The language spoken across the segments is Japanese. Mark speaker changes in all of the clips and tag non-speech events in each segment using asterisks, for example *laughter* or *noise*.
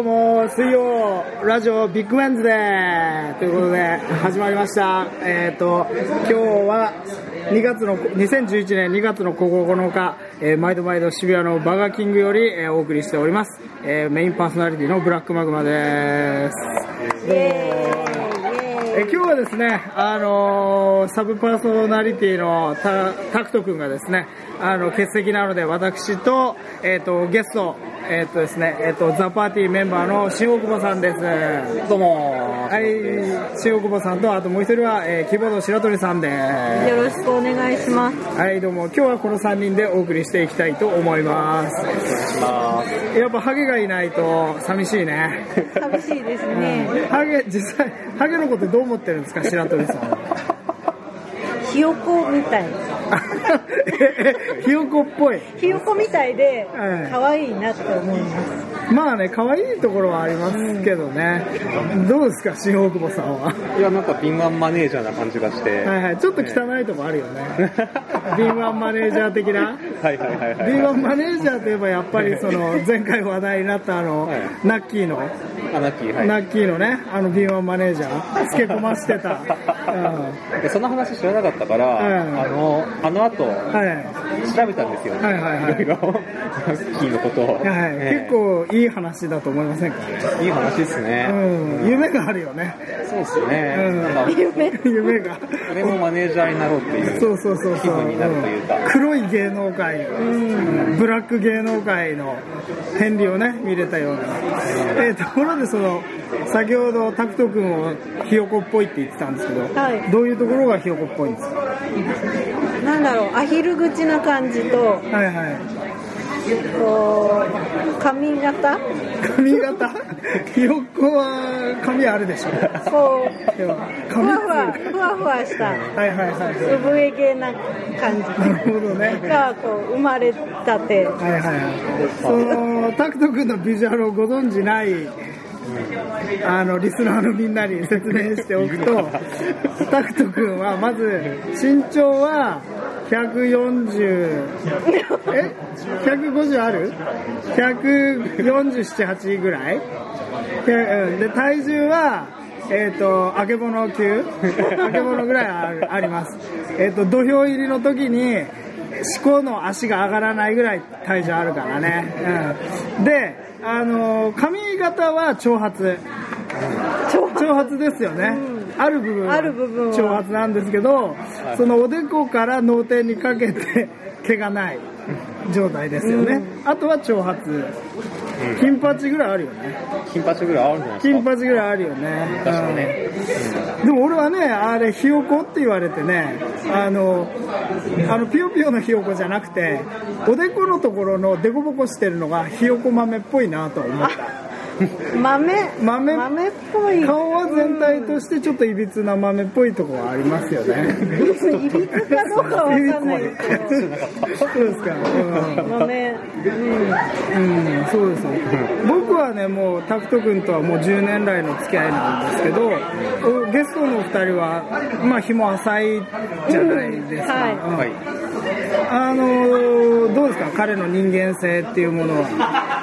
Speaker 1: 水曜ラジオビッグウェンズデーということで始まりましたえっ、と今日は2月の2011年2月の9日、えー毎度毎度渋谷のバーガーキングより、えーお送りしております、えーメインパーソナリティのブラックマグマですどうもえ今日はですね、あのーサブパーソナリティのたタクト君がですね、あの欠席なので私と,、えー、とゲスト、えっ、とですね、えっ、とザパーティーメンバーの新大久保さんです。どうも。はい、新大久保さんとあともう一人は、えーキーボード白鳥さんで
Speaker 2: よろしくお願いします。
Speaker 1: す。はい、どうも。今日はこの3人でお送りしていきたいと思います。やっぱハゲがいないと寂しいね。
Speaker 2: 寂しいですね。
Speaker 1: ハゲ実際ハゲのことどう思ってるんですか白鳥さん。
Speaker 2: ひよこみたい。
Speaker 1: え *laughs* えひよこっぽい
Speaker 2: ひよこみたいで
Speaker 1: はい、
Speaker 2: 可愛いなと思います。
Speaker 1: まあね可愛いところはありますけどね、どうですか新大久保さんは
Speaker 3: いや、なんか敏腕マネージャーな感じがして。
Speaker 1: は
Speaker 3: はい
Speaker 1: いはいちょっと汚いとこあるよね敏腕マネージャー的な
Speaker 3: はいはいはい。
Speaker 1: 敏腕マネージャーといえばやっぱりその前回話題になったあの、
Speaker 3: はい
Speaker 1: ナッキーの、
Speaker 3: アナキー、は
Speaker 1: ナッキーのねあの敏腕マネージャー付け込ましてた、うん
Speaker 3: い。でその話知らなかったか
Speaker 1: うん
Speaker 3: ら、あの、あの後、
Speaker 1: は
Speaker 3: 調べたんですよ。
Speaker 1: はいはいはい
Speaker 3: いろいろ、ナッキーのことを。
Speaker 1: い、はい
Speaker 3: ええ
Speaker 1: 結、構いい話だと思いませんか、
Speaker 3: いい話ですね。
Speaker 1: うん、夢があるよね、 *laughs*
Speaker 3: そうですね。
Speaker 1: うん
Speaker 3: なんか、
Speaker 2: 夢
Speaker 1: 夢が
Speaker 3: 俺もマネージャーになろうっていう。
Speaker 1: そうそうそう
Speaker 3: 気
Speaker 1: そう、
Speaker 3: 分になるというか。
Speaker 1: うん黒い芸能界、ブラック芸能界の片鱗をね見れたような、えーところでその先ほどタクト君をひよこっぽいって言ってたんですけど、
Speaker 2: はい
Speaker 1: どういうところがひよこっぽいんですか
Speaker 2: なんだろう、アヒル口な感じと、
Speaker 1: はいはい
Speaker 2: こう、髪型
Speaker 1: 髪型ひよこは髪ある *laughs* でしょ
Speaker 2: こ
Speaker 1: でも
Speaker 2: う、ふ
Speaker 1: 髪
Speaker 2: わ
Speaker 1: っ
Speaker 2: ふわ、
Speaker 1: ていう
Speaker 2: ふわふわした、
Speaker 1: はいはいはい
Speaker 2: 産毛系な感
Speaker 1: なるほどね
Speaker 2: じが、こう、生まれたて。
Speaker 1: はいはいはい。そのタクト君のビジュアルをご存じない。あのリスナーのみんなに説明しておくと、タクト君はまず身長は140、え ?150 ある ?147、8ぐらいでうんで体重は、えっ、と、あけぼの級あけぼのぐらいあるあります。えっ、と、土俵入りの時に、思考の足が上がらないぐらい体重あるからね。うん、で、あのー髪型は長髪。
Speaker 2: 長
Speaker 1: 長髪ですよね。ある部分は
Speaker 2: ある部分は
Speaker 1: 長髪なんですけど、そのおでこから脳天にかけて *laughs* 毛がない状態ですよね。あとは長髪。金八ぐらいあるよね。
Speaker 3: 金八ぐらいあるんじゃないです
Speaker 1: 金
Speaker 3: か。
Speaker 1: 髪ぐらいあるよね。
Speaker 3: 確かね。
Speaker 1: うんでも俺はね、あれ、ひよこって言われてね、あの、あの、ぴよぴよのひよこじゃなくて、おでこのところのでこぼこしてるのがひよこ豆っぽいなとは思った。
Speaker 2: 豆、
Speaker 1: 豆
Speaker 2: 豆っぽい。
Speaker 1: 顔は全体としてちょっといびつな豆っぽいところはありますよね。
Speaker 2: いびつかどうかわかんないです
Speaker 1: *laughs*
Speaker 2: けど。
Speaker 1: そうですか。うん
Speaker 2: 豆、
Speaker 1: うん、そうですね。僕はね、もう、タクト君とはもう10年来の付き合いなんですけど、おゲストのお二人は、まあ、日も浅いじゃないですか。
Speaker 2: はい
Speaker 1: うん
Speaker 3: はい。
Speaker 1: あのーどうですか、彼の人間性っていうものは。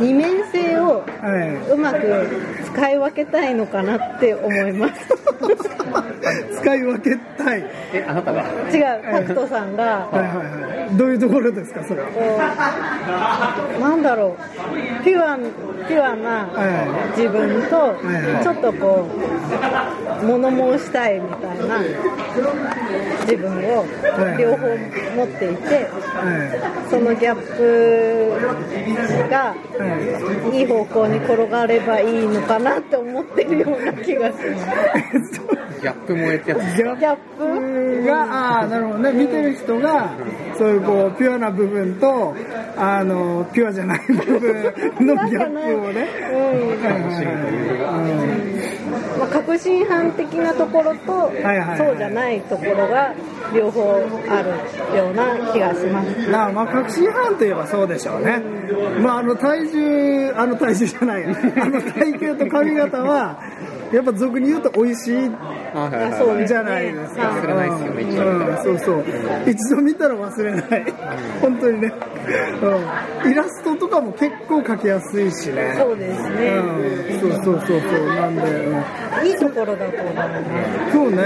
Speaker 2: 二面性を
Speaker 1: は
Speaker 2: うまく使い分けたいのかなって思います
Speaker 1: *laughs* い、使い分けたい。はい
Speaker 3: え、あなたが
Speaker 2: 違うタクトさんが
Speaker 1: はいはい。どういうところですか、それは。
Speaker 2: こうなんだろうピュアピュアな
Speaker 1: は
Speaker 2: 自分と
Speaker 1: いはい
Speaker 2: ちょっとこう物申したいみたいな自分を
Speaker 1: い
Speaker 2: 両方持っていて
Speaker 1: い。は
Speaker 2: そのギャップが
Speaker 1: い。はい
Speaker 2: い方向に転がればいいのかなって思ってるような気がする。
Speaker 3: ギャップ萌えってやつ。
Speaker 1: い。ギャッ
Speaker 2: ギャ
Speaker 1: プ
Speaker 2: ップ
Speaker 1: が、ああー、なるほどね。見てる人が、そういうこう、ピュアな部分と、あの、ピュアじゃない部分のギャップをね。
Speaker 2: うん
Speaker 1: はいはいはい
Speaker 2: まあ、革新犯的なところと、
Speaker 1: いはい
Speaker 2: そうじゃないところが両方あるような気がします。
Speaker 1: うんまあ、まあ、確信犯といえばそうでしょうね。まあ、あの体重、あの体重じゃない、あの体型と髪型は、やっぱ俗に言うと美味しい
Speaker 3: あはいはいはい
Speaker 2: あそうですね
Speaker 1: じゃないですか。
Speaker 2: は
Speaker 3: 忘れないですよね一度見たら
Speaker 1: うんそうそう。一度見たら忘れない。本当にね。うん。イラストとかも結構描きやすいしね。
Speaker 2: そうですね、
Speaker 1: うん。そうそうそうそう。なんで、うん
Speaker 2: いいところだと思うね
Speaker 1: そうね。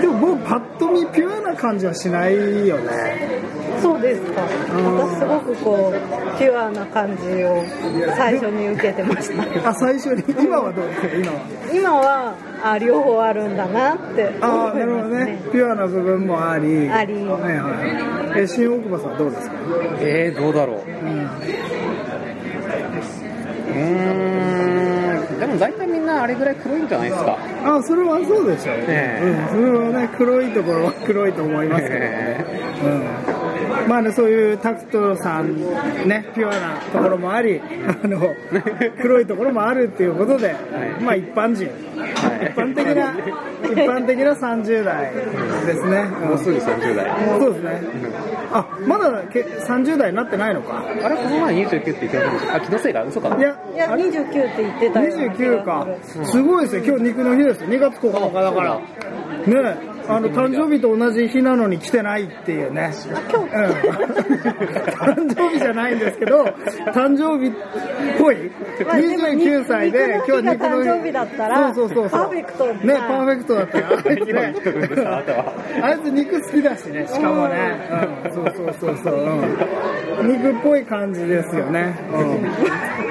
Speaker 1: でももうパッと見ピュアな感じはしないよね。
Speaker 2: そうですか
Speaker 1: ん
Speaker 2: 私すごくこうピュアな感じを最初に受けてました
Speaker 1: あ、最初に。今はどうですか今は。
Speaker 2: 今はあ両方あるんだなって
Speaker 1: あ
Speaker 2: 思
Speaker 1: あ、
Speaker 2: い
Speaker 1: なる
Speaker 2: ま
Speaker 1: ほ
Speaker 2: す
Speaker 1: どね
Speaker 2: ね。
Speaker 1: ピュアな部分もあり。
Speaker 2: あり
Speaker 1: はいはい。え、新大久保さんはどうですか
Speaker 3: えー、どうだろう。うーん。でも大体みんなあれぐらい黒いんじゃないですか。
Speaker 1: あそれはそうでしょう、
Speaker 3: ええ
Speaker 1: うん、それはね黒いところは黒いと思いますけどね、うん、まあねそういうタクトさんねピュアなところもありあの黒いところもあるっていうことで、
Speaker 3: い
Speaker 1: まあ一般人一般的な一般的な30代ですね、
Speaker 3: も
Speaker 1: う
Speaker 3: うんすぐ30代。 *laughs*
Speaker 1: そうですねあまだけ30代になってないのか。
Speaker 3: あれ、この前29って言ってませんでした。あ、気のせいだ。嘘かない
Speaker 1: や
Speaker 2: いや29って言ってたような気が
Speaker 1: 29かすごいですね今日肉の日ですよ2月9日だからねえあの誕生日と同じ日なのに来てないっていうね
Speaker 2: するあ今
Speaker 1: うん、 *laughs*
Speaker 2: 日、
Speaker 1: 誕生日じゃないんですけど誕生日っぽい
Speaker 2: まあでも
Speaker 1: 29歳で
Speaker 2: 肉の日が
Speaker 1: 今日は肉の日
Speaker 2: 誕生日だったら
Speaker 1: そうそうそうそう
Speaker 2: パーフェクトだ
Speaker 1: ねパーフェクトだったらあいつ
Speaker 3: 何を肉食うんですかあなたは
Speaker 1: ねあいつ肉好きだしねしかもね、うん、そうそうそうそう、うん、肉っぽい感じですよね、うん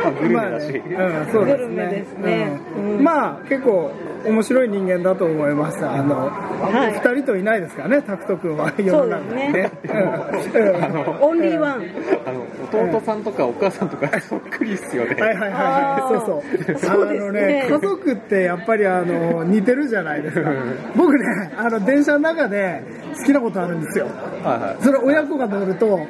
Speaker 3: まあグルメだし。
Speaker 1: まあうん、そうです
Speaker 2: グルメ
Speaker 1: ね
Speaker 2: ですね
Speaker 1: うん
Speaker 2: うん
Speaker 1: まあ結構面白い人間だと思いますあの、
Speaker 2: い
Speaker 1: 二人といないですからね拓人君は世の中にうんうん
Speaker 3: あの、
Speaker 2: オンリーワン、
Speaker 3: あの、弟さんとかお母さんとかそっくりっすよね。
Speaker 1: はいはいはい
Speaker 2: あ
Speaker 1: は
Speaker 2: ー
Speaker 1: い、そうそう。
Speaker 2: そうですね
Speaker 1: あのね、家族ってやっぱりあの、似てるじゃないですか。僕ね、あの、電車の中で好きなことあるんですよ。
Speaker 3: はいはい。
Speaker 1: それ親子が乗ると
Speaker 3: はいは、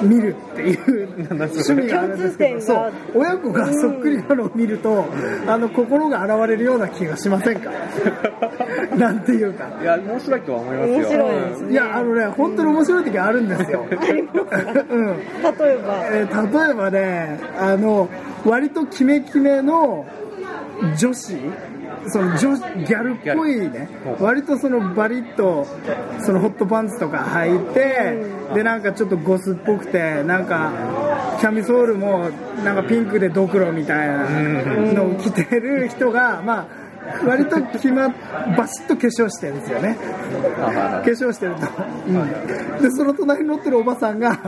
Speaker 1: 見るっていう趣味があるんですけど、
Speaker 2: 共通
Speaker 1: そ
Speaker 2: 点が
Speaker 1: う、親子がそっくりなのを見ると、あの、心が現れるような気がしませんか *laughs* なんていうか。
Speaker 3: いや、面白いとは思いますよ。
Speaker 2: 面白いですね
Speaker 1: いや、あのね、本当に面白い時あるんですよ。
Speaker 2: あります
Speaker 1: うん。
Speaker 2: 例えば
Speaker 1: えー例えばねあの割とキメキメの女子その女子ギャルっぽいね
Speaker 3: ギャル
Speaker 1: 割とそのバリッとそのホットパンツとか履いてでなんかちょっとゴスっぽくてなんかキャミソールもなんかピンクでドクロみたいなのを着てる人がまあ割と決まっバシッと化粧してるんですよね
Speaker 3: はいはいはい
Speaker 1: 化粧してると、でその隣に乗ってるおばさんが、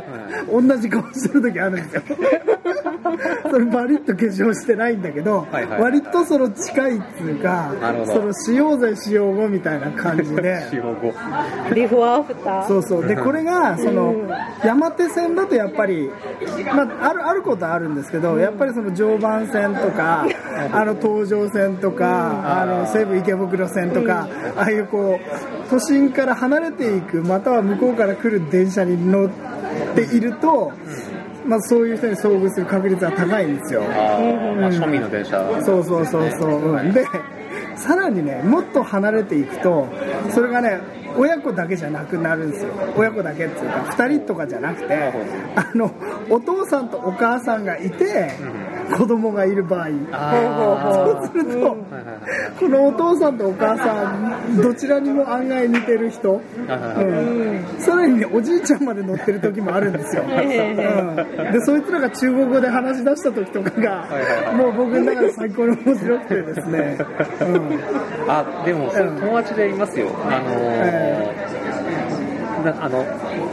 Speaker 1: 同じ顔してる時あるんです
Speaker 3: *laughs*
Speaker 1: よそれバリッと化粧してないんだけど、
Speaker 3: はいはい
Speaker 1: 割とその近いっていうか
Speaker 3: なるほど
Speaker 1: そのしようぜしよう後みたいな感
Speaker 3: *laughs*
Speaker 1: じで
Speaker 3: 週後。
Speaker 2: ビフォーアフター
Speaker 1: そうそうでこれがその
Speaker 2: うん
Speaker 1: 山手線だとやっぱり、まあ、あるあることはあるんですけど、やっぱりその常磐線とかあの東上線とか、あの西武池袋線とか、ああいうこう都心から離れていくまたは向こうから来る電車に乗っていると、まあ、そういう人に遭遇する確率は高いんですよ。
Speaker 3: あーまあ、庶民の電車。
Speaker 1: そうそうそうそう、うん、でさらにねもっと離れていくとそれがね親子だけじゃなくなるんですよ親子だけっていうか2人とかじゃなくてあのお父さんとお母さんがいて子供がいる場合
Speaker 2: ほうほうほ
Speaker 1: そううすると、このお父さんとお母さんどちらにも案外似てる人、
Speaker 3: はいはいはい
Speaker 1: うん、さらにねおじいちゃんまで乗ってる時もあるん
Speaker 2: *laughs*
Speaker 1: ですよ、
Speaker 2: いはいは
Speaker 1: うん、でそいつらが中国語で話し出した時とかがもう僕の中で最高に面白くてですね、うん、
Speaker 3: あ、でも、それ友達でいますよ。あの
Speaker 1: え
Speaker 3: ーなあの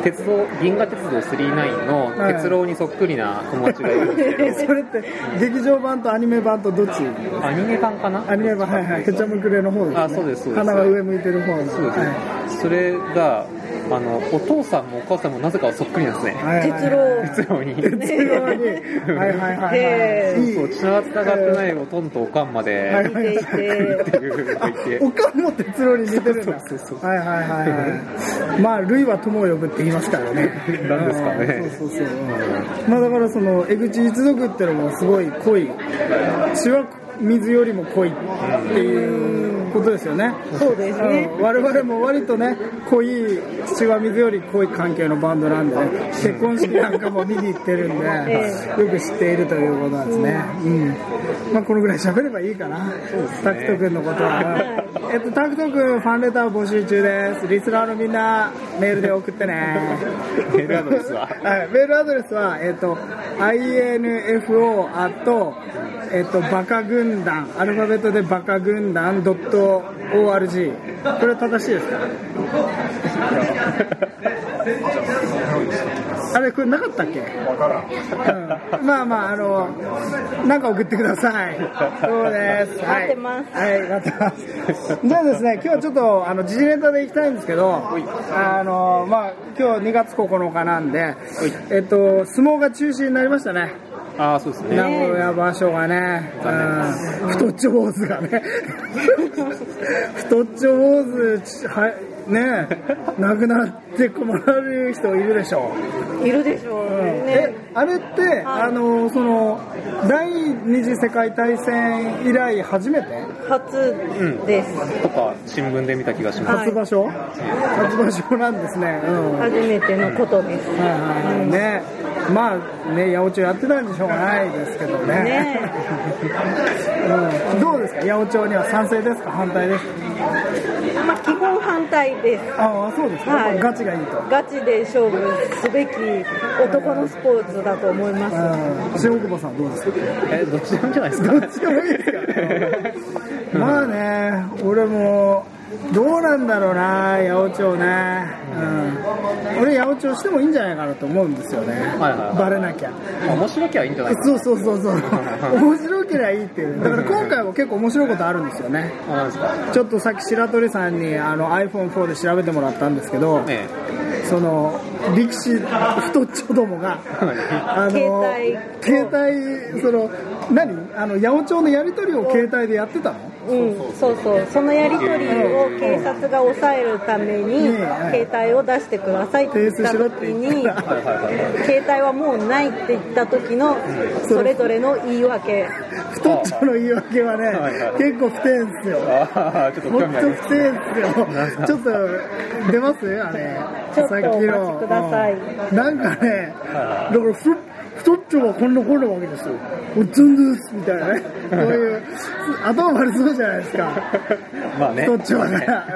Speaker 3: 鉄道銀河鉄道9の
Speaker 1: はい
Speaker 3: 鉄郎にそっくりな友達がいるん *laughs* ですけ
Speaker 2: *laughs*
Speaker 3: ど、
Speaker 1: それって劇場版とアニメ版とどっち
Speaker 3: アニメ版かな
Speaker 1: アニメ版はいはいケチャムクレの方です、ね、
Speaker 3: あそうですそうです
Speaker 1: 鼻が上向いてる方の
Speaker 3: そうですね、
Speaker 1: は
Speaker 3: それがあのお父さんもお母さんもなぜかそっくりなんですね、
Speaker 1: いはいはい
Speaker 2: 鉄郎
Speaker 3: 鉄郎に
Speaker 1: 鉄郎にはいはいはい
Speaker 2: へ
Speaker 1: はいいい
Speaker 3: *laughs* そう血がつながってないおとんとおかんまで、
Speaker 1: はい
Speaker 2: 見ていて
Speaker 3: っていうのがいて
Speaker 1: おかんも鉄郎に似てるんだ
Speaker 3: そうそうそう
Speaker 1: はいはいはいはいまあ類は友を呼ぶって言いますからね
Speaker 3: なんですかね
Speaker 1: そうそうそう、まあだからその江口一族ってのもすごい濃い血は水よりも濃いっていうことですよね、
Speaker 2: そうですね
Speaker 1: うん我々も割とね濃い血は水より濃い関係のバンドなんで、ね、結婚式なんかも見に行ってるんで、
Speaker 2: え
Speaker 1: よく知っているということなんですね、うんまあ、このぐらい喋ればいいかな、タクト君のことは。えっと、タクト君、ファンレター募集中です。リスナーのみんな、メールで送ってね。
Speaker 3: メールアドレスは
Speaker 1: はい、メールアドレスは、えっと、info あと、えっと、バカ軍団、アルファベットでバカ軍団 .org。これ正しいですかあれ、これなかったっけうんまあまあ、あの、なんか送ってください。そうです。はい。
Speaker 2: 待ってます
Speaker 1: はい、待ってます。じゃあですね、今日はちょっと、あの、時事ネタでいきたいんですけど、あの、まあ、今日2月9日なんで、えっと、相撲が中止になりましたね。
Speaker 3: *laughs* ああ、そうですね。
Speaker 1: 名古屋場所がね、うん、太っちょ坊主がね、 *laughs* 太っちょ坊主ち、はね、亡くなって困る人いるでしょう。
Speaker 2: いるでしょう
Speaker 1: え
Speaker 2: ね。
Speaker 1: あれって、あのその第二次世界大戦以来初めて
Speaker 2: 初です。
Speaker 3: とか、新聞で見た気がします。
Speaker 2: はい
Speaker 1: 初場所、初場所なんですね、うんはい
Speaker 2: 初めてのことです。
Speaker 1: はいはいねまあね八百長やってたんでしょうがないですけどね
Speaker 2: ね
Speaker 1: うん、どうですか八百長には賛成ですか反対です
Speaker 2: え。まあ、基本反対です。
Speaker 1: かああそうですか、
Speaker 2: はい
Speaker 1: やっぱガチがいいと、
Speaker 2: ガチで勝負すべき男のスポーツだと思います。
Speaker 1: うん、白久保さんどうですか
Speaker 3: え、どっちでもいいんじゃないですか *laughs*
Speaker 1: どっちでもいいですから。まあね、俺も、どうなんだろうな、八百長ね。うん。俺、八百長してもいいんじゃないかなと思うんですよね。
Speaker 3: はいはいはい
Speaker 1: バレなきゃ。
Speaker 3: 面白きゃいいんじゃないです
Speaker 1: そうそうそうそう。面白けりゃいいっていう。だから今回も結構面白いことあるんですよね。
Speaker 3: か。あ、なんですか。
Speaker 1: ちょっとさっき白鳥さんにあの iPhone4 で調べてもらったんですけど、
Speaker 3: ね
Speaker 1: その力士太っちょどもが、あ携帯その何あの八百長のやり取りを携帯でやってたの？
Speaker 2: うん、そうそう、そのやり取りを警察が抑えるために
Speaker 1: ねえはい、
Speaker 2: 携帯を出してくださいって言
Speaker 1: 提出
Speaker 2: った
Speaker 1: しろ
Speaker 2: 時
Speaker 1: って言っ
Speaker 2: に、
Speaker 1: た
Speaker 3: えはいはいはい。
Speaker 2: 携帯はもうないって言った時の、それぞれの言い訳。
Speaker 1: 太っちょの言い訳はね
Speaker 3: はいはい、
Speaker 1: 結構不定んすよ。
Speaker 3: ああ、ちょっと
Speaker 1: 本
Speaker 3: 興味あ
Speaker 1: 当
Speaker 3: ります
Speaker 1: 不。定んすよ。ちょっと出ますあれ。
Speaker 2: ちょっと
Speaker 1: さっきの
Speaker 2: お待ちください
Speaker 1: うんなんかね、だからふ太っちょがこんな来るわけですよ。おつんずすみたい
Speaker 2: *laughs*
Speaker 1: なね。そういう、頭悪そうじゃないですか。
Speaker 3: まあね。
Speaker 1: 太っちょはから、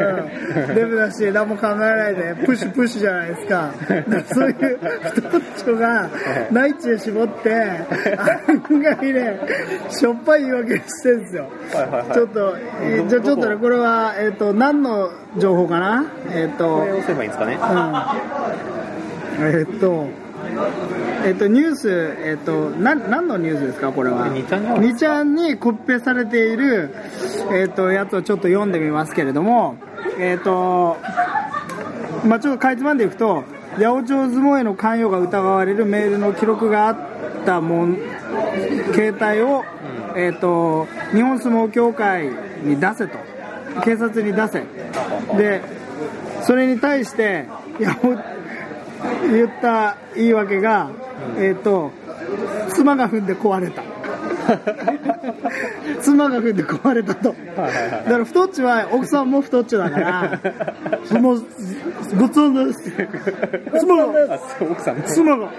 Speaker 1: うん、デブだし、何も考えない
Speaker 2: *laughs*
Speaker 1: で、プッシュプッシュじゃないですか。そういう太っちょが、内地へ絞
Speaker 2: *laughs*
Speaker 1: って、案外ね、しょっぱい言い訳してるんですよ。
Speaker 3: はいはいはい
Speaker 1: ちょっと、えーじゃあちょっとね、これは、えっ、と、何の情報かなえっ、
Speaker 3: ことれ、を押せばいいんですかね。
Speaker 1: うん、えっ、と、えっと、ニュース、えっと、なん、何のニュースですか、これは。
Speaker 3: これ二ちゃんの
Speaker 1: 二ちゃんにコピペされている、えっと、やつをちょっと読んでみますけれども、えっと、まあ、ちょっとかいつまんでいくと、八百長相撲への関与が疑われるメールの記録があったもん、携帯を、えっと、日本相撲協会に出せと。警察に出せ。で、それに対して、八百言った言い訳が、えっ、と妻が踏んで壊れた妻が踏んで壊れたとだから太っちは奥さんも太っちだからそのごつんです妻が
Speaker 3: あ、そう奥さんも。
Speaker 1: 妻が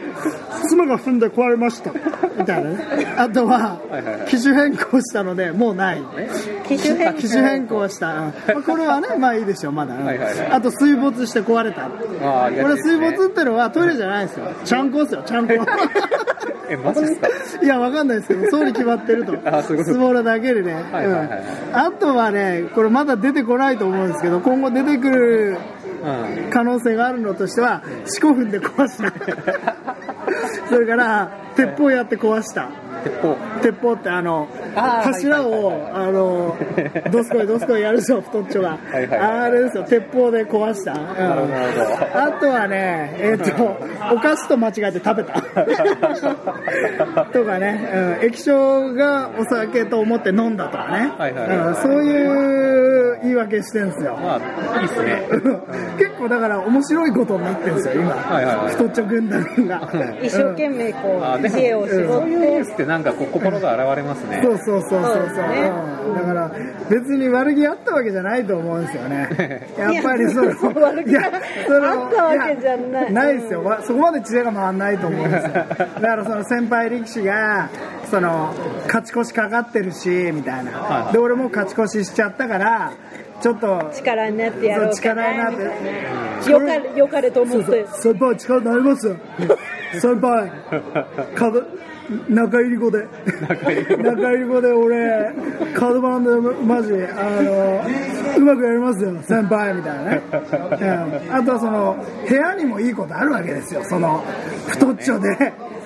Speaker 1: 妻が踏んで壊れましたみたいなねあとは機種変更したのでもうない
Speaker 2: 機種変
Speaker 1: 機種変
Speaker 2: 更。
Speaker 1: 更した、うんまあこれはねまあいいでしょうまだ、うん
Speaker 3: はいはいはい
Speaker 1: あと水没して壊れた
Speaker 3: ああ、あり
Speaker 1: こ
Speaker 3: が
Speaker 1: れ
Speaker 3: とう、
Speaker 1: 水
Speaker 3: ね。
Speaker 1: 没ってのはトイレじゃないですよ。ちゃんこですよ、ちゃ
Speaker 3: *laughs*
Speaker 1: んこ。
Speaker 3: え、マジですか
Speaker 1: いや、わかんないですけど、そうに決まってると。
Speaker 3: あそういうこと
Speaker 1: スモーラだけでね。
Speaker 3: はいはいはいはい
Speaker 1: うんあとはね、これまだ出てこないと思うんですけど、今後出てくる
Speaker 3: うん。
Speaker 1: 可能性があるのとしては、四股踏んで壊
Speaker 3: *laughs*
Speaker 1: した。それから、鉄砲やって壊した。
Speaker 3: 鉄砲。
Speaker 1: 鉄砲ってあの
Speaker 3: あー
Speaker 1: 柱
Speaker 3: はい
Speaker 1: をあ
Speaker 3: *laughs*
Speaker 1: のどすこいどすこいやるでしょ太っちょが
Speaker 3: いはいはい
Speaker 1: あれですよ鉄砲で壊した、うん
Speaker 3: るほどなるほ
Speaker 1: あとはねえっ、とお菓子と間違えて食べたとかね、うん、液晶がお酒と思って飲んだとかね、
Speaker 3: はいはいはい
Speaker 1: うんそういう言い訳してるんですよ
Speaker 3: まあ、いいっすね。
Speaker 1: *laughs* 結構だから面白いことになってるんですよ今、
Speaker 3: はいはいはい
Speaker 1: 太っちょ軍団が
Speaker 3: *laughs*
Speaker 2: 一生懸命こ
Speaker 3: あ
Speaker 2: う、
Speaker 3: でも
Speaker 2: 知恵を絞
Speaker 3: そう
Speaker 2: っ
Speaker 3: いうニュ
Speaker 2: て
Speaker 3: ー。スってなんかこう心が現れますね
Speaker 1: そ。うそうそうそうそう
Speaker 2: そうですね
Speaker 1: うんだから別に悪気あったわけじゃないと思うんですよねやっぱりその
Speaker 2: いや悪気
Speaker 1: いやその
Speaker 2: あったわけじゃない
Speaker 1: やないですよ、わそこまで知恵が回らないと思うんですよだからその先輩力士がその勝ち越しかかってるしみたいな、
Speaker 3: はいはい
Speaker 1: で俺も勝ち越ししちゃったからちょっと
Speaker 2: 力になってや
Speaker 1: そ
Speaker 2: ろ
Speaker 1: う
Speaker 2: うか
Speaker 1: 力に
Speaker 2: な
Speaker 1: な
Speaker 2: み
Speaker 1: った
Speaker 2: い
Speaker 1: て
Speaker 2: なよかれよかれと思って
Speaker 1: 先輩力になりますよ先輩かど中入り子で中入り子で俺カードバンドマジあのうまくやりますよ先輩みたいなね、うんあとはその部屋にもいいことあるわけですよその太っちょで。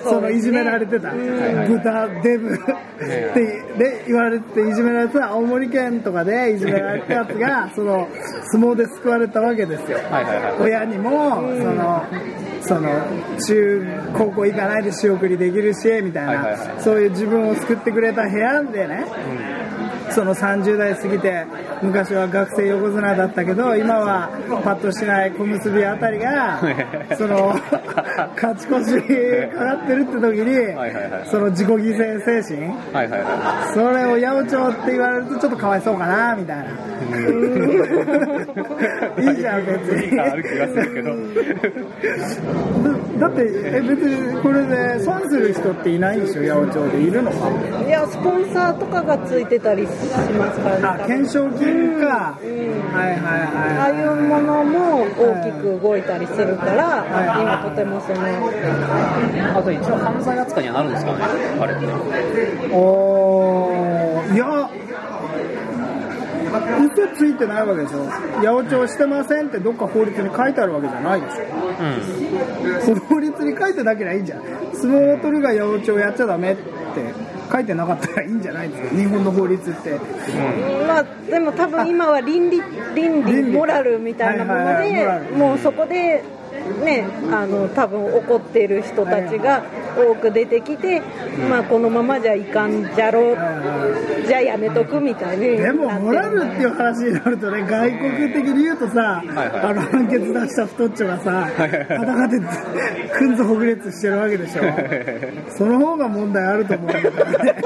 Speaker 1: そのいじめられてた、豚デブってで言われていじめられてた青森県とかでいじめられたやつがその相撲で救われたわけですよ
Speaker 3: はいはいはい
Speaker 1: 親にもそのその中高校行かないで仕送りできるしみたい
Speaker 3: はいはいは
Speaker 1: なそういう自分を救ってくれた部屋でねその30代過ぎて昔は学生横綱だったけど今はパッとしない小結あたり
Speaker 3: *laughs*
Speaker 1: がその勝ち越しかかってるって時
Speaker 3: はいはいはい
Speaker 1: にその自己犠牲精神
Speaker 3: はいはいは
Speaker 1: それを八百長って言われるとちょっとかわいそうかなみたいな *laughs* いいじゃん別
Speaker 3: い。いい
Speaker 1: に
Speaker 3: かある気がす
Speaker 1: *laughs*
Speaker 3: るけど。
Speaker 1: だだってえ別にこれで損する人っていないんでしょ八百長でいるのか
Speaker 2: いやスポンサーとかがついてたりしますから
Speaker 1: あ
Speaker 2: ね
Speaker 1: 懸賞金か、
Speaker 2: う
Speaker 1: はいはい
Speaker 2: ん
Speaker 1: はい
Speaker 2: ああいうものも大きく動いたりするから、
Speaker 1: はい
Speaker 2: 今とてもその
Speaker 3: あと一応犯罪扱いにはなるんですかね。あ
Speaker 1: *laughs*
Speaker 3: れって。
Speaker 1: おーいや嘘ついてないわけでしょ八百長してませんってどっか法律に書いてあるわけじゃないでし
Speaker 3: う
Speaker 1: ょ法律に書いてなければいいんじゃん相撲を取るが八百長やっちゃダメって書いてなかったらいいんじゃないですか日本の法律って
Speaker 2: まあ、でも多分今は倫理倫理
Speaker 1: 倫理
Speaker 2: モラルみたいなも
Speaker 1: はい
Speaker 2: の
Speaker 1: はいはいモラ
Speaker 2: で
Speaker 1: ル
Speaker 2: もうそこでねあの多分怒ってる人たちが多く出てきて、まあ、このままじゃいかんじゃろじゃあやめとくみたいに
Speaker 1: でもモ
Speaker 2: な
Speaker 1: ラ
Speaker 2: って
Speaker 1: ルっていう話になるとね外国的に言うとさ、
Speaker 3: はいはい
Speaker 1: あの判決出した太っちょがさ
Speaker 3: いはい
Speaker 1: 戦ってくんずほぐれつしてるわけで
Speaker 3: *laughs*
Speaker 1: しょ
Speaker 3: ん。
Speaker 1: その方が問題あると思うんだよね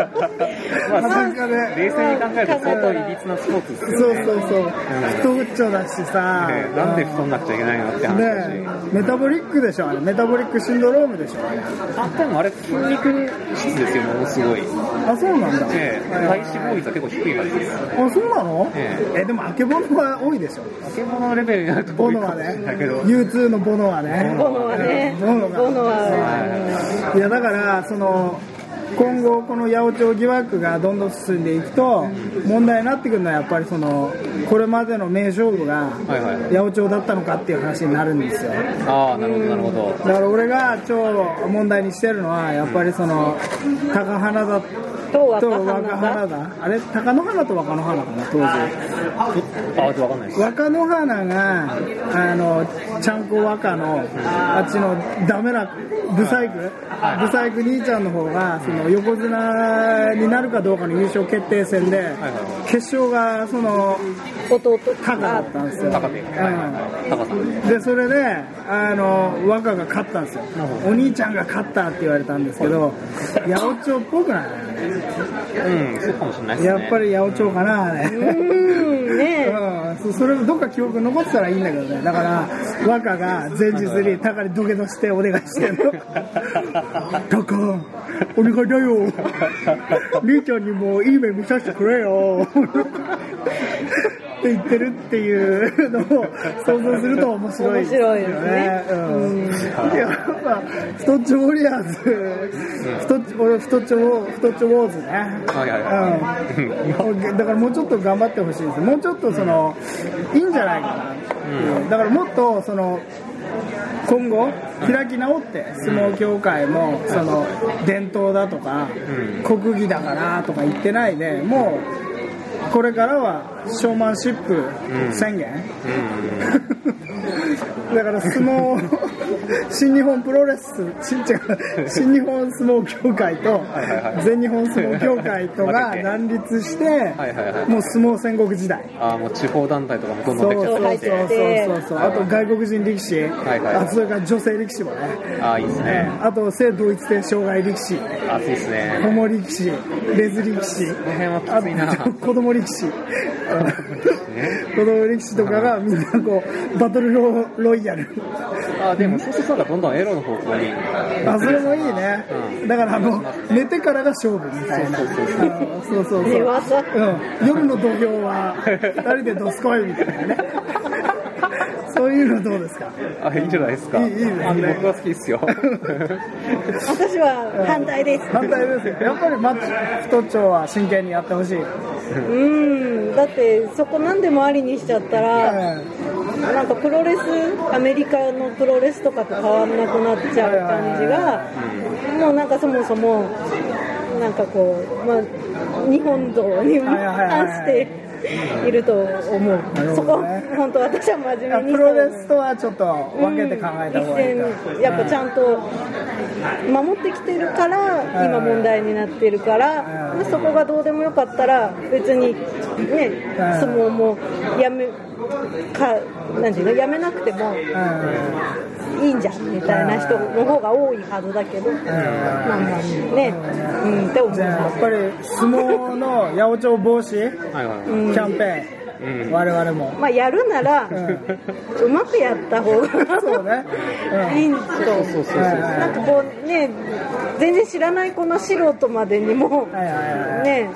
Speaker 3: まあ
Speaker 1: なんかね
Speaker 3: 冷静に考えると相当いびつなスポーツです
Speaker 1: そう
Speaker 3: よね。
Speaker 1: そうそう太っちょだしさ、
Speaker 3: ねなんで太んなくちゃいけないのって話だし。
Speaker 1: ねメタボリックでしょあれメタボリックシンドロームでしょあれ
Speaker 3: あ、でもあれ筋肉質ですよ、ものすごい。ね
Speaker 1: あそうなんだ、
Speaker 3: え体脂肪率は結構低い感じです。
Speaker 1: あそうなの、
Speaker 3: え
Speaker 1: えでもあけぼのが多いでしょ
Speaker 3: 化け物レベルになると
Speaker 1: ボ
Speaker 3: 僕いい
Speaker 1: ノ
Speaker 3: か
Speaker 1: は
Speaker 3: もしれ
Speaker 1: ね
Speaker 3: ないけど。
Speaker 1: U2 のボノはね
Speaker 2: ボノはね
Speaker 1: ボノが
Speaker 2: ボノは、
Speaker 1: いやだからその今後この八百長疑惑がどんどん進んでいくと問題になってくるのはやっぱりそのこれまでの名勝負が
Speaker 3: はいは
Speaker 1: 八
Speaker 3: い
Speaker 1: 百長だったのかっていう話になるんですよ
Speaker 3: ああ、なるほど、なるほど。
Speaker 1: だから俺が超問題にしてるのはやっぱりその高花だ
Speaker 2: と
Speaker 1: と
Speaker 2: 若
Speaker 1: 若
Speaker 2: 花
Speaker 1: 花
Speaker 2: が
Speaker 1: だあれ高野花と若野花かな当時
Speaker 3: ああ、わかんないです。
Speaker 1: 若野花があのちゃんこ若のあっちのダメなブサイクブサイク兄ちゃんの方がその横綱になるかどうかの優勝決定戦で
Speaker 3: はいは
Speaker 1: 決勝がその
Speaker 2: 弟
Speaker 1: 高だったんですよ、
Speaker 3: 高部。はいはいはい。高さん。
Speaker 1: うんでそれであの若が勝ったんですよ
Speaker 3: なるほ
Speaker 1: お兄ちゃんが勝ったって言われたんですけど八百長っぽくない
Speaker 3: うん、そうかもしれないです
Speaker 1: や
Speaker 3: ね。
Speaker 1: っぱり八百長かなあれ
Speaker 2: うんね
Speaker 1: うん、そそれもどっか記憶残ってたらいいんだけどねだから若が前日にタカに土下座してお願いしてんのタカお願いだよ兄ちゃんにもいい目見させてくれよって言ってるっていうのを想像すると面白いですよ
Speaker 2: 面白いですね
Speaker 1: うんいやまあ太っちょウォリアーズ太っちょ俺太っちょ太っちょウォーズね
Speaker 3: はいはいは
Speaker 1: うんだからもうちょっと頑張ってほしいですもうちょっとそのいいんじゃないかなっていうだからもっとその今後開き直って相撲協会もその伝統だとか国技だからとか言ってないでもうこれからはショーマンシップ宣言だから相撲 *laughs* 新日本プロレス新違う新日本相撲協会と
Speaker 3: いはいはい
Speaker 1: 全日本相撲協会とが乱立して
Speaker 3: はいはいはい
Speaker 1: もう相撲戦国時代
Speaker 3: ああ、もう地方団体とかもどんど
Speaker 1: そ
Speaker 3: ん
Speaker 1: う
Speaker 3: できち
Speaker 1: そ
Speaker 3: ゃ
Speaker 1: う
Speaker 3: っ
Speaker 1: そう
Speaker 2: 入
Speaker 3: て
Speaker 1: そう
Speaker 2: って
Speaker 3: きて。
Speaker 1: そうそうあと外国人力士
Speaker 3: いはい
Speaker 1: あとそれから女性力士もね
Speaker 3: ああ、いいですね。
Speaker 1: あと性同一性障害力士
Speaker 3: 暑いですね。
Speaker 1: ホモ力士レズ力士
Speaker 3: この辺は
Speaker 1: あ
Speaker 3: きついな。
Speaker 1: と子供力
Speaker 3: *laughs*
Speaker 1: 士子供力士とかがみんなこうバトルロロイヤル
Speaker 3: あでもそうするとなんかどんどんエロの方向に
Speaker 1: あそれもいいね、
Speaker 3: うん
Speaker 1: だからあの寝てからが勝負みたいな
Speaker 3: そうそうそう
Speaker 1: そうそうそう
Speaker 2: 寝技
Speaker 1: うん、夜の土俵は2人でドスコイみたいなねそういうのどうですか
Speaker 3: あいいんじゃないですか
Speaker 1: いいいいですね
Speaker 3: あ僕は好きですよ
Speaker 2: 私は反対です
Speaker 1: 反対ですよやっぱりマッチ太長は真剣にやってほしい、
Speaker 2: うんだってそこ何でもありにしちゃったらなんかプロレスアメリカのプロレスとかと変わんなくなっちゃう感じがもうなんかそもそもなんかこう、まあ、日本道に
Speaker 1: はいはいはい
Speaker 2: 反していると思う、
Speaker 1: なるほ
Speaker 2: そ
Speaker 1: ど
Speaker 2: こ
Speaker 1: ね
Speaker 2: 本当私は真
Speaker 1: い
Speaker 2: 面
Speaker 1: や
Speaker 2: 目に
Speaker 1: プロレスとはちょっと分けて考えた方がいいか、
Speaker 2: うんやっぱちゃんと守ってきてるから今問題になってるから
Speaker 1: うん
Speaker 2: そこがどうでもよかったら別にね相撲もやめかなんていうのやめなくても
Speaker 1: うん
Speaker 2: いいんじゃんみたいな人の方が多いはずだけどまあまあねうんって思い
Speaker 1: じゃあや
Speaker 2: ま
Speaker 1: っ
Speaker 2: す
Speaker 1: ぱり相撲の八百長防止
Speaker 3: はいはいはい、
Speaker 1: キャンペーン、
Speaker 3: うん
Speaker 1: 我々も、
Speaker 2: まあやるならうまくやった方
Speaker 1: そう
Speaker 2: が
Speaker 1: ね、うん
Speaker 2: いいと思う
Speaker 3: そうそうそうそう
Speaker 2: なんかこうね全然知らないこの素人までにも
Speaker 1: はいはいはいはい
Speaker 2: ね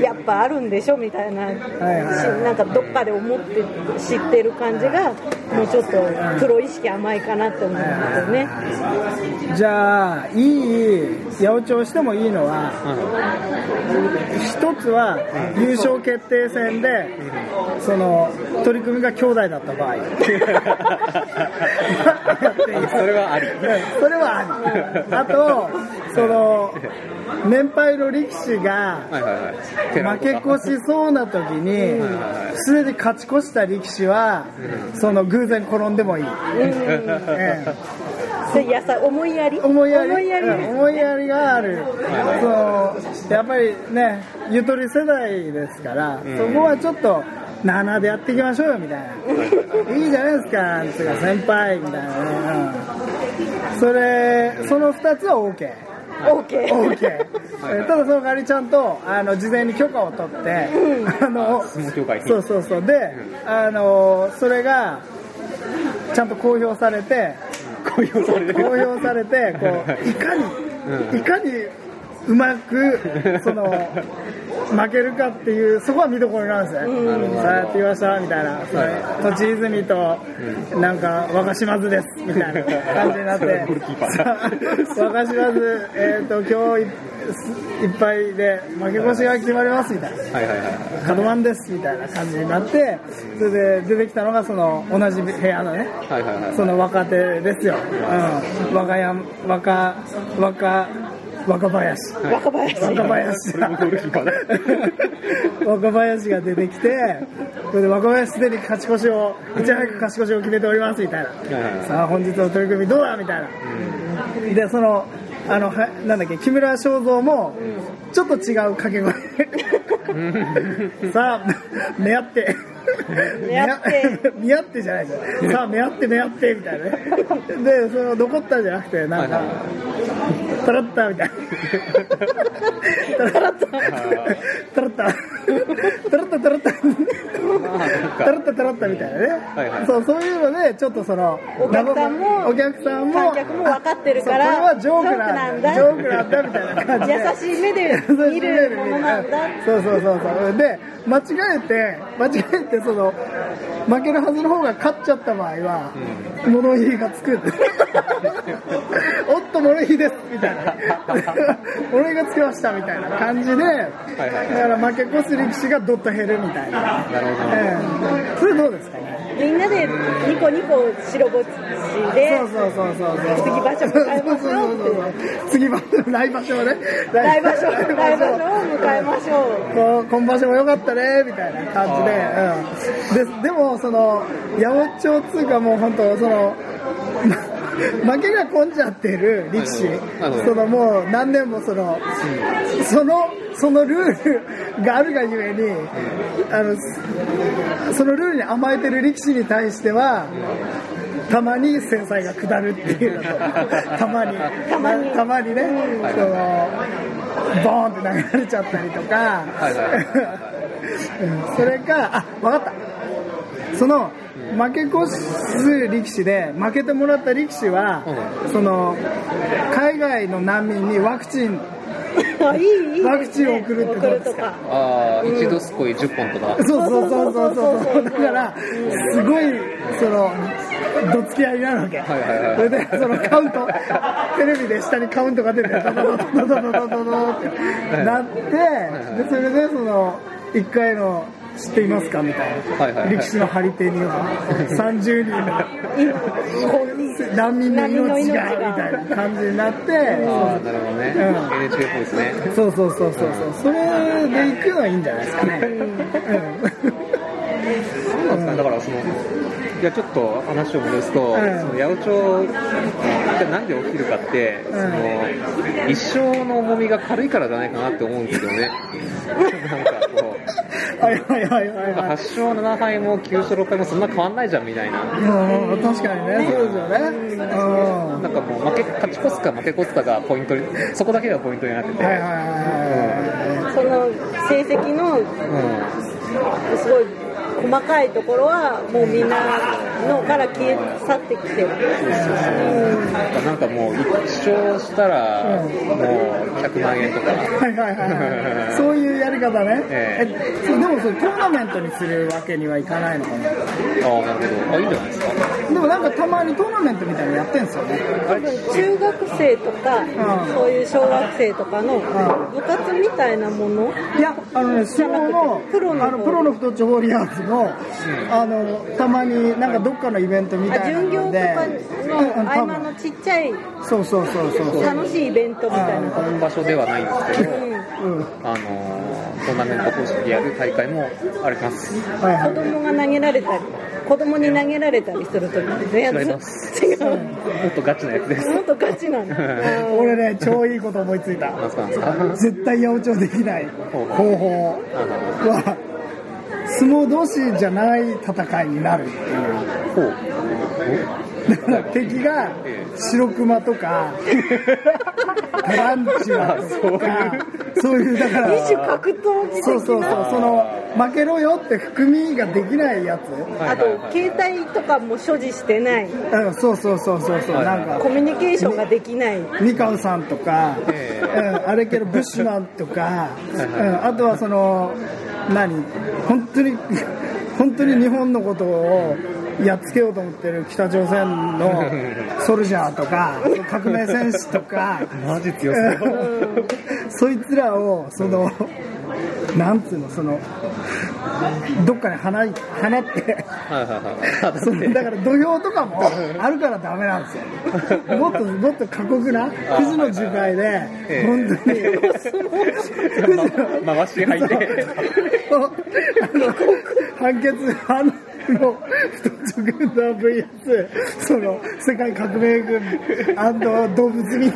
Speaker 2: やっぱあるんでしょみたいな、
Speaker 1: はいはい
Speaker 2: しなんかどっかで思って知ってる感じがもうちょっとプロ意識甘いかなって思うんですよね、
Speaker 1: じゃあいい八百長してもいいのは一つは優勝決定戦でその取り組みが兄弟だった場合
Speaker 3: うん、それはあり
Speaker 1: それはありあとその年配の力士が
Speaker 3: はいはいは
Speaker 1: 負
Speaker 3: い
Speaker 1: け越しそうな時に
Speaker 3: ん
Speaker 1: すでに勝ち越した力士はその偶然転んでもいい、
Speaker 2: うん、
Speaker 1: ええ
Speaker 2: それやさ思いやり
Speaker 1: 思いやり
Speaker 2: です
Speaker 1: うん思いやりがある、そうやっぱりねゆとり世代ですから、
Speaker 3: ん
Speaker 1: そこはちょっと7でやっていきましょうよみたいな、いいじゃないですかなんていうか先輩みたいなね、うんそれその2つは OK。
Speaker 2: OK
Speaker 1: OK えただその代わりちゃんとあの事前に許可を取って、あの
Speaker 3: 相撲協会に
Speaker 1: そうそうそうで、あのそれがちゃんと公表されて、
Speaker 3: 公表されてる
Speaker 1: 公表されてこういかに、
Speaker 3: うん
Speaker 1: いかにうまくその負けるかっていうそこは見どころなんですね、
Speaker 2: うんなるほ
Speaker 1: さあやってきましたみたいな、
Speaker 3: は
Speaker 1: 栃木泉となんか若島津ですみたいな感じになっ
Speaker 3: それは
Speaker 1: て
Speaker 3: *laughs* ゴールキーパーだ
Speaker 1: さあ若島津、えー、と今日いいっぱいで負け越しが決まりますみたいな。
Speaker 3: はいはいはい
Speaker 1: カドマンですみたいな感じになって、それで出てきたのがその同じ部屋のね、
Speaker 3: はいはいはい
Speaker 1: その若手ですよ、うん、若山若若若林
Speaker 2: 若林
Speaker 1: 若林
Speaker 3: それもゴールキーパーだ
Speaker 1: 若林が出てきてそれで若林すでに勝ち越しをいち早く勝ち越しを決めておりますみたい
Speaker 3: いはいは
Speaker 1: ないさあ本日の取り組みどうだみたいな、でそのあのはなんだっけ木村正蔵もちょっと違う掛け声さあ目合って
Speaker 2: 目合って
Speaker 1: *laughs* 見合ってじゃ
Speaker 3: *laughs*
Speaker 1: ないじゃんさあ目合って目合ってみたいなねでその残ったんじゃなくてなんか
Speaker 3: はいは
Speaker 1: 「タラッタ」みたいな「タラッタ」「タラッタ」「タラッタ」「タラッタ」「タラッタ」「タラッタ」みたいなね、
Speaker 3: はいはい
Speaker 1: そうそういうのでちょっとその
Speaker 2: *laughs* お客さんも
Speaker 1: お客さんも
Speaker 2: 観客も分かってるか
Speaker 1: あ
Speaker 2: ら
Speaker 1: そうこれはジョークなんだ
Speaker 2: ジ
Speaker 1: ジ
Speaker 2: ョ
Speaker 1: ョ
Speaker 2: ー
Speaker 1: ー
Speaker 2: ク
Speaker 1: ク
Speaker 2: な
Speaker 1: なんんだみたいな感じで
Speaker 2: 優しい目で見るものなんだ
Speaker 1: そうそうそうそうで間違えて間違えてその負けるはずの方が勝っちゃった場合は、物言いがつくおっと物言いですみたいな物言いがつきましたみたいな感じで、
Speaker 3: いはい
Speaker 1: だから負け越す力士がどっと減るみたいな、
Speaker 3: なるほどなる
Speaker 1: ええそれどうですかね
Speaker 2: みんなでニコニコ白ぼっちで
Speaker 1: そうそうそうそうそう。
Speaker 2: 次場所迎えましょうって
Speaker 1: そうそうそうそう次場所、来場所をね。
Speaker 2: 来場所来場所を迎えましょう
Speaker 1: こう今場所も良かったねみたいな感じで、うん、ででもその八百長っつうかもう本当その *laughs* ま負けが込んじゃってる力士
Speaker 3: なるほど
Speaker 1: そのもう何年もそのそのそのルールがあるがゆえにあのそのルールに甘えてる力士に対してはたまに制裁が下るっていうのとたまに
Speaker 2: たまに
Speaker 1: たまにね、
Speaker 3: はい
Speaker 1: そのボーンって流れ *laughs* ちゃったりとか、
Speaker 3: はいはいはい
Speaker 1: うんそれかあ分かったその負け越す力士で負けてもらった力士は、その海外の難民にワクチン
Speaker 2: あいいいいですね
Speaker 1: ワクチンを送るってどうですか
Speaker 2: 送るとか
Speaker 3: ああ、一度すこい10本とか。
Speaker 1: そうそうそうそうそう
Speaker 2: そうそうそうそう
Speaker 1: だからすごいそのどつき合いになるわけ、
Speaker 3: はいはいはい
Speaker 1: それでそのカウントテレビで下にカウントが出てドドドドドドドドドってなってでそれでその1回の知っていますかみたいな、
Speaker 3: はいはいはい
Speaker 1: 力士の張り手には30人のこう難民の命が
Speaker 2: 難民の命が
Speaker 1: みたいな感じになって、
Speaker 3: ああ、なるほどね。
Speaker 1: う
Speaker 3: NHK っぽいですね。
Speaker 1: そうそうそうそうそうそれで行くのはいいんじゃないですか
Speaker 3: *laughs*
Speaker 1: ね、うん
Speaker 3: そうなんですかね、だからその、いやちょっと話を戻すと、
Speaker 1: うん
Speaker 3: その八百長がなんで起きるかって、
Speaker 1: ん
Speaker 3: その一生の重みが軽いからじゃないかなって思うんですよね。なんかこう、
Speaker 1: はいはいはいはい、
Speaker 3: 8
Speaker 1: はい
Speaker 3: 勝7敗も9勝6敗もそんな変わんないじゃんみたいな。
Speaker 1: うん確かにね、そうですよね。うん。
Speaker 3: なんかもう負け、勝ち越すか負け越すかがポイントに、そこだけがポイントになってて。
Speaker 1: はいはいは
Speaker 2: その成績の
Speaker 3: うん
Speaker 2: すごい細かいところはもうみんなのから消え去ってきてる、うん
Speaker 3: なんかもう一勝したら、もう100万円とか。
Speaker 1: いはい。はいはいはいはい。そういうやり方ね。
Speaker 3: え
Speaker 1: えそうでもそれトーナメントにするわけにはいかないのかな。
Speaker 3: ああ、なるほど。あ、いいんじゃないですか。
Speaker 1: でもなんかたまにトーナメントみたいなのやってんすよね。
Speaker 3: あれ
Speaker 2: 中学生とか、
Speaker 1: ん
Speaker 2: そういう小学生とかの
Speaker 1: ん
Speaker 2: 部活みたいなもの、
Speaker 1: いや、あのね、相撲の、
Speaker 2: プロの
Speaker 1: あの、プロの太っちょウォリアーズの、あの、たまになんかどっかのイベントみたい
Speaker 2: あ
Speaker 1: な
Speaker 2: 巡業
Speaker 1: の
Speaker 2: と
Speaker 1: で、
Speaker 2: か
Speaker 1: うんう
Speaker 2: の
Speaker 1: ん
Speaker 2: 合
Speaker 1: 多
Speaker 2: 間の
Speaker 1: 分
Speaker 2: ちっちゃい
Speaker 1: そうそうそうそう。
Speaker 2: 楽しいイベントみたいな
Speaker 3: 本場所ではないんですけど、
Speaker 1: うん。
Speaker 3: あのートーナメント方式でやる大会もあります。
Speaker 1: はいはい
Speaker 2: 子。供が投げられたり子供に投げられたりするときのや
Speaker 3: 違いま
Speaker 2: つ違う
Speaker 3: もっとガチなやつです。
Speaker 2: もっとガチなの
Speaker 1: 俺ね、超いいこと思いついた。
Speaker 3: なんすかなんすか
Speaker 1: 絶対八百長できない方法。
Speaker 3: あの
Speaker 1: は相撲同士じゃない戦いになるっていう
Speaker 3: ほう。
Speaker 1: だから敵が
Speaker 3: ええ
Speaker 1: 白熊とかタランチュラとかそういうだから
Speaker 2: 一種格闘技的な
Speaker 1: そうそうそうその負けろよって含みができないやつ
Speaker 2: あと携帯とかも所持してない
Speaker 1: うんそうそうそうそうそう
Speaker 3: はい
Speaker 1: なんか
Speaker 2: コミュニケーションができない
Speaker 1: 三河さんとか、
Speaker 3: ええ
Speaker 1: うん、あれけどブッシュマンとか、う
Speaker 3: はい
Speaker 1: ん、あとはその何本当に *laughs* 本当に日本のことをやっつけようと思ってる北朝鮮
Speaker 3: *laughs*
Speaker 1: のソルジャーとか革命戦士とか
Speaker 3: マジ強そう。
Speaker 1: そいつらをそのなんつうのそのどっかに放い放って。
Speaker 3: はいはいはい。
Speaker 1: そのだから土俵とかもあるからダメなんですよ。もっともっと過酷なクズの樹海で
Speaker 3: ええ
Speaker 1: 本当にクズの
Speaker 3: ま回し入って。
Speaker 1: あの判決あのの太っちょ軍団 VS その世界革命軍あの動物に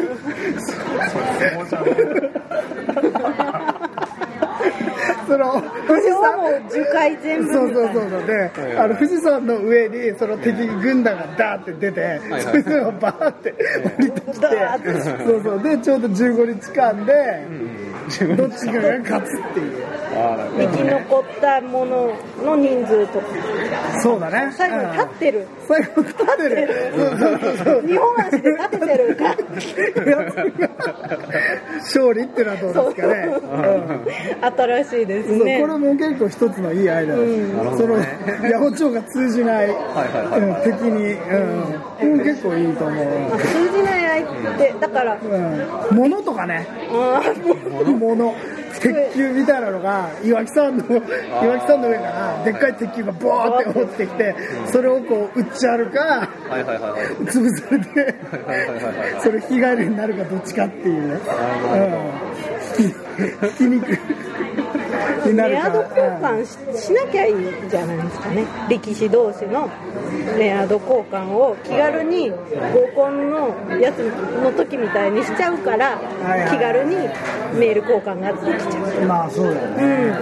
Speaker 1: その富士
Speaker 2: 今
Speaker 1: 山
Speaker 2: 日も樹海
Speaker 1: そ
Speaker 2: 全
Speaker 1: う
Speaker 2: 部
Speaker 1: そう
Speaker 2: みた
Speaker 1: そ
Speaker 2: い
Speaker 1: うそうで、
Speaker 3: いはい
Speaker 1: あの富士山の上にその敵軍団がダーって出て、
Speaker 3: はい
Speaker 1: そいつらがバーって降りてきて、
Speaker 2: ダーっ
Speaker 1: そうそうでちょうど15日間で
Speaker 3: 自分
Speaker 1: どっちかが勝つっていう、
Speaker 3: ああ、なるほど。
Speaker 2: 生き残ったものの人数とか
Speaker 1: そうだね
Speaker 2: 最後に立ってる
Speaker 1: 最後立ってるそうそうそうそう
Speaker 2: 日本足で立てて
Speaker 1: *laughs*
Speaker 2: るか
Speaker 1: やつが勝利ってのはどうですかね、うん
Speaker 2: 新しいで
Speaker 1: そう
Speaker 2: す
Speaker 1: こ
Speaker 2: ね
Speaker 1: れも結構一つのいいアイデアです、
Speaker 2: うん
Speaker 3: なるほ
Speaker 1: そ
Speaker 3: ど
Speaker 1: の
Speaker 3: ね
Speaker 1: 八百長が通じない、
Speaker 3: いはいはいはい
Speaker 1: うん敵に、うんうん結構いいと思う、
Speaker 2: あ通じない相手だからあ
Speaker 1: うん、物とかね
Speaker 2: ーもう
Speaker 1: 物鉄球みたいなのが岩木さんの岩木さんの上からでっかい鉄球がボーって落ちてきてそれをこう打っちゃるか
Speaker 3: はいはいはいはい。
Speaker 1: 潰されて
Speaker 3: はいはいはいはい。
Speaker 1: それ被害になるかどっちかっていうねうんひき肉になる
Speaker 2: メアド交
Speaker 1: か
Speaker 2: 換ししなきゃいいんじゃないですかね力士同士のメアド交換を気軽に合コンのやつの時みたいにしちゃうから
Speaker 1: いはい
Speaker 2: 気軽にメール交換ができちゃう
Speaker 1: うんまあそうだよね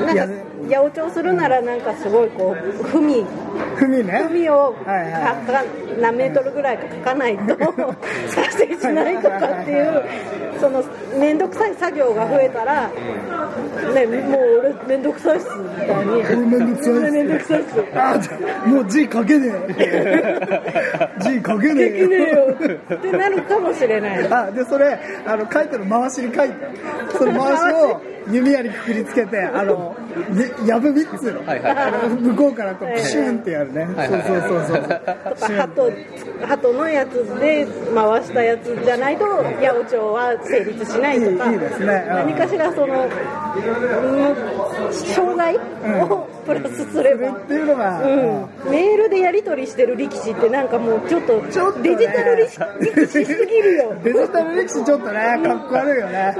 Speaker 2: うんなんか
Speaker 1: いや
Speaker 2: 八百長するならなんかすごいこう踏み
Speaker 1: 踏みね
Speaker 2: 踏みをかか、
Speaker 1: はいはい
Speaker 2: 何メートルぐらいか書かないと達成しないとかっていうその面倒くさい作業が増えたら、ね、もう俺面倒くさいっすみたいに
Speaker 1: 俺面倒くさいっす
Speaker 2: 俺面倒くさいっす
Speaker 1: あじゃもう字書けね
Speaker 3: *laughs*
Speaker 1: え字書けね
Speaker 2: できね
Speaker 1: え
Speaker 2: えよってなるかもしれない
Speaker 1: あでそれあの書いてる回しに書いてその回しを弓矢にくくりつけてあのでやぶ三つの、
Speaker 3: はいはい
Speaker 1: あの向こうからこうピシュンってやるね、
Speaker 3: いはい
Speaker 1: そうそうそう
Speaker 2: と
Speaker 1: そう
Speaker 2: か鳩鳩のやつで回したやつじゃないと八百長は成立しないと
Speaker 1: い
Speaker 2: か
Speaker 1: いいいですねうん
Speaker 2: 何かしらその、うん、障害をプラスすれば。
Speaker 1: っていうのが、
Speaker 2: うん、メールでやり取りしてる力士ってなんかもうちょっと
Speaker 1: ちょっと、ね、
Speaker 2: デジタル力士力士すぎるよ
Speaker 1: *laughs* デジタル力士ちょっとねかっこ悪いよね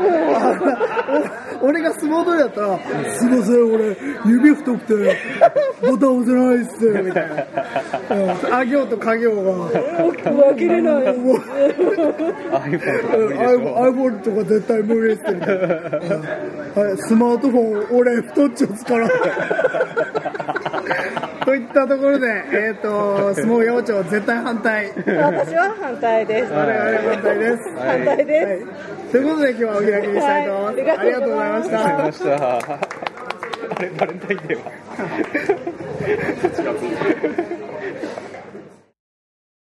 Speaker 1: お俺が相撲取りだったら「すいません俺指太くてボタン押せないっす」みたいな、うん、あ行と家行が
Speaker 2: 大きく分けれない
Speaker 1: もう
Speaker 3: iPhone とか無理でしょ
Speaker 1: iPhone とか絶対無理っす
Speaker 2: *laughs*
Speaker 1: みたいな、うんはい、スマートフォン俺太っちょっす
Speaker 2: *laughs*
Speaker 1: からといったところで、えー、と相撲八百長絶対反対
Speaker 2: 私は反対です
Speaker 1: 我々反対です
Speaker 2: 反対です、
Speaker 1: はい、ということで今日はお開きにしたいと思います、
Speaker 2: はい
Speaker 1: ありがとうございまし
Speaker 2: ありがとうござい
Speaker 1: た
Speaker 2: ま
Speaker 3: ありましたあれバレンタインデーは